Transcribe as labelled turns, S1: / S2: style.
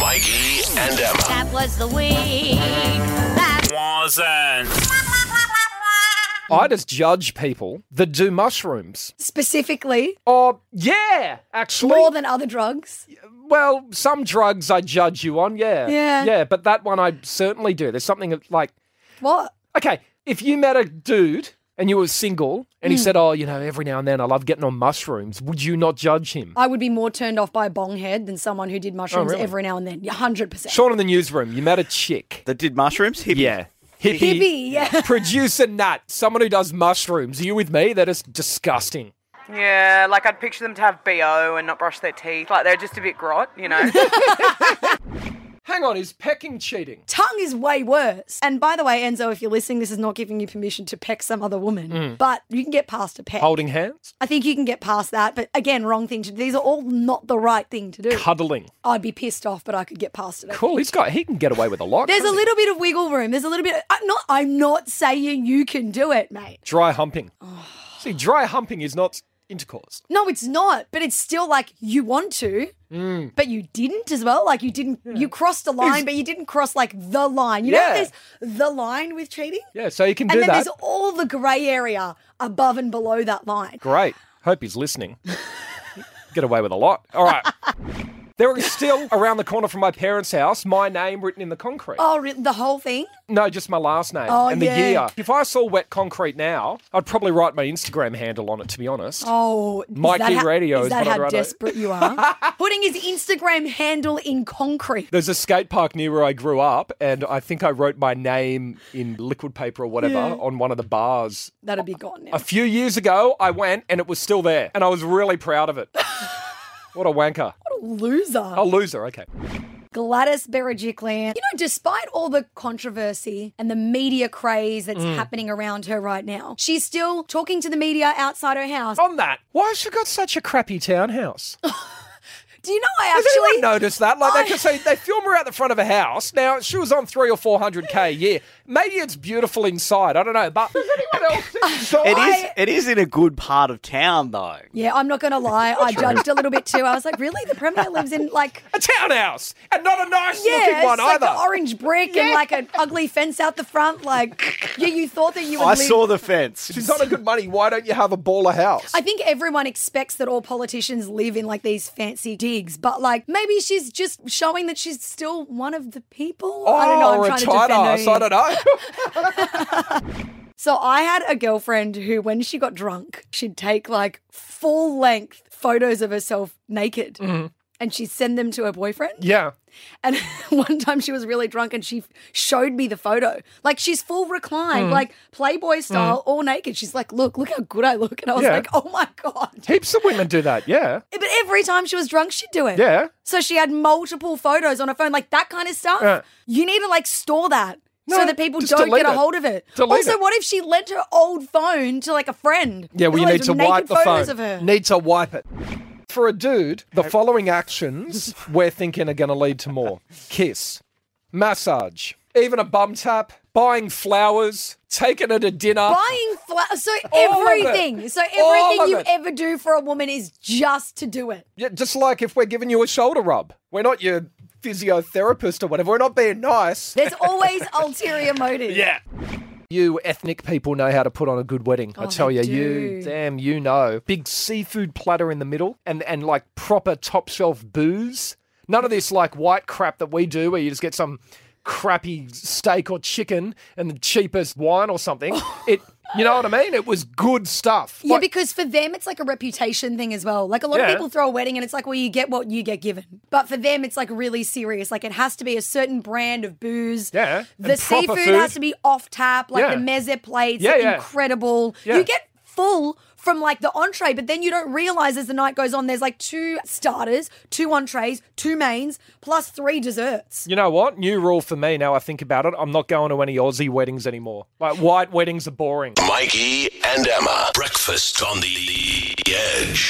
S1: Mikey and Emma.
S2: That was the week. That
S3: Wasn't.
S4: I just judge people that do mushrooms.
S5: Specifically,
S4: Oh, yeah, actually.
S5: more than other drugs.
S4: well, some drugs I judge you on, yeah.
S5: Yeah.
S4: Yeah, but that one I certainly do. There's something that, like,
S5: What?
S4: okay, if you met a dude and you were single and
S5: Hmm.
S4: he said, oh, you know, every now and then I love getting on mushrooms, would you not judge him?
S5: I would be more turned off by a bong head than someone who did mushrooms
S4: Oh, really?
S5: every now and then. 100%.
S4: Sean in the newsroom, you met a chick.
S6: That did mushrooms? Hippie.
S4: Yeah. Hippie.
S5: Hippie, yeah.
S4: Producer Nat, someone who does mushrooms. Are you with me? That is disgusting.
S7: Yeah, like I'd picture them to have BO and not brush their teeth. Like they're just a bit grot, you know?
S4: Hang on, is pecking cheating?
S5: Tongue is way worse. And by the way, Enzo, if you're listening, this is not giving you permission to peck some other woman,
S4: Mm.
S5: but you can get past a peck.
S4: Holding hands?
S5: I think you can get past that, but again, wrong thing to do. These are all not the right thing to do.
S4: Cuddling.
S5: I'd be pissed off, but I could get past it. I
S4: Cool. He's got. He can get away with a lot.
S5: There's a
S4: can't he?
S5: little bit of wiggle room. There's a little bit. I'm not. I'm not saying you can do it, mate.
S4: dry humping.
S5: Oh.
S4: See, dry humping is not intercourse.
S5: No, it's not. But it's still like you want to,
S4: Mm.
S5: but you didn't as well. Like you didn't. You crossed a line, but you didn't cross like the line. You
S4: Yeah.
S5: know, there's the line with cheating,
S4: Yeah, so you can do
S5: and then
S4: that.
S5: there's all the grey area above and below that line.
S4: Great. Hope he's listening. get away with a lot. All right. There is still around the corner from my parents' house my name written in the concrete.
S5: Oh, re- the whole thing.
S4: No, just my last name
S5: Oh,
S4: and the
S5: yeah.
S4: year. If I saw wet concrete now, I'd probably write my Instagram handle on it. To be honest,
S5: Oh, is
S4: Mikey
S5: that how,
S4: Radio
S5: Is
S4: is
S5: that
S4: what I
S5: how
S4: wrote.
S5: desperate you are? Putting his Instagram handle in concrete.
S4: there's a skate park near where I grew up, and I think I wrote my name in liquid paper or whatever on one of the bars
S5: That'd be gone now.
S4: A few years ago, I went and it was still there, and I was really proud of it. what a wanker.
S5: Loser.
S4: A loser, okay.
S5: Gladys Berejiklian. You know, despite all the controversy and the media craze that's
S4: Mm.
S5: happening around her right now, she's still talking to the media outside her house.
S4: On that, why has she got such a crappy townhouse? Has
S5: Do you know I actually
S4: anyone noticed that? Like,
S5: I-
S4: they, could say they film her out the front of a house. Now, she was on three or 400K a year. Maybe it's beautiful inside. I don't know, but does anyone else think
S6: It is. It is in a good part of town, though.
S5: Yeah, I'm not gonna lie. I judged a little bit too. I was like, really? The Premier lives in like
S4: A townhouse, and not a nice
S5: yeah,
S4: looking
S5: it's
S4: one
S5: like
S4: either.
S5: an orange brick and like an ugly fence out the front. Like, yeah, you thought that you would
S6: I
S5: live.
S6: saw the fence.
S4: She's on a good money. Why don't you have a baller house?
S5: I think everyone expects that all politicians live in like these fancy digs, but like maybe she's just showing that she's still one of the people. I don't know. I'm
S4: or
S5: trying
S4: Oh, a
S5: to
S4: tight
S5: defend her
S4: ass. I
S5: here.
S4: don't know.
S5: So I had a girlfriend who, when she got drunk, she'd take like full length photos of herself naked. And she'd send them to her boyfriend.
S4: Mm-hmm. yeah.
S5: And one time she was really drunk and she f- showed me the photo. Like she's full
S4: Mm-hmm.
S5: reclined, like Playboy style, all naked. She's like, look, look how good I look. And I was
S4: Yeah.
S5: like, oh my God.
S4: Heaps of women do that, yeah.
S5: But every time she was drunk, she'd do it.
S4: Yeah.
S5: So she had multiple photos on her phone, like that kind of stuff.
S4: Yeah.
S5: You need to like store that
S4: No,
S5: so that people
S4: just
S5: don't
S4: delete
S5: get a
S4: it.
S5: hold of it.
S4: Delete
S5: also,
S4: it.
S5: what if she lent her old phone to like a friend?
S4: Yeah, well,
S5: With
S4: you
S5: all
S4: need
S5: those
S4: to
S5: naked
S4: wipe the
S5: photos
S4: phone.
S5: Of her.
S4: Need to wipe it. For a dude, the following actions we're thinking are going to lead to more kiss, massage, even a bum tap, buying flowers, taking her to dinner.
S5: Buying flowers. So
S4: All of it.
S5: everything. So
S4: All
S5: everything
S4: of
S5: you
S4: it.
S5: ever do for a woman is just to do it.
S4: Yeah, just like if we're giving you a shoulder rub, we're not your physiotherapist or whatever. We're not being nice.
S5: There's always ulterior motives.
S4: Yeah. You ethnic people know how to put on a good wedding. I
S5: Oh,
S4: tell
S5: they
S4: you,
S5: do.
S4: you damn, you know. Big seafood platter in the middle, and and like proper top shelf booze. None of this like white crap that we do, where you just get some crappy steak or chicken and the cheapest wine or something. it, you know what I mean? It was good stuff.
S5: Yeah,
S4: Like,
S5: because for them it's like a reputation thing as well. Like a lot
S4: Yeah.
S5: of people throw a wedding and it's like, well, you get what you get given. But for them, it's like really serious. Like it has to be a certain brand of booze.
S4: Yeah, and
S5: The
S4: proper
S5: seafood
S4: food.
S5: has to be off tap. Like
S4: Yeah.
S5: the meze plates
S4: Yeah,
S5: are
S4: yeah.
S5: incredible.
S4: Yeah.
S5: You get full from like the entree, but then you don't realize as the night goes on, there's like two starters, two entrees, two mains, plus three desserts.
S4: you know what? New rule for me now I think about it. I'm not going to any Aussie weddings anymore. Like white weddings are boring.
S1: Mikey and Emma. Breakfast on the edge.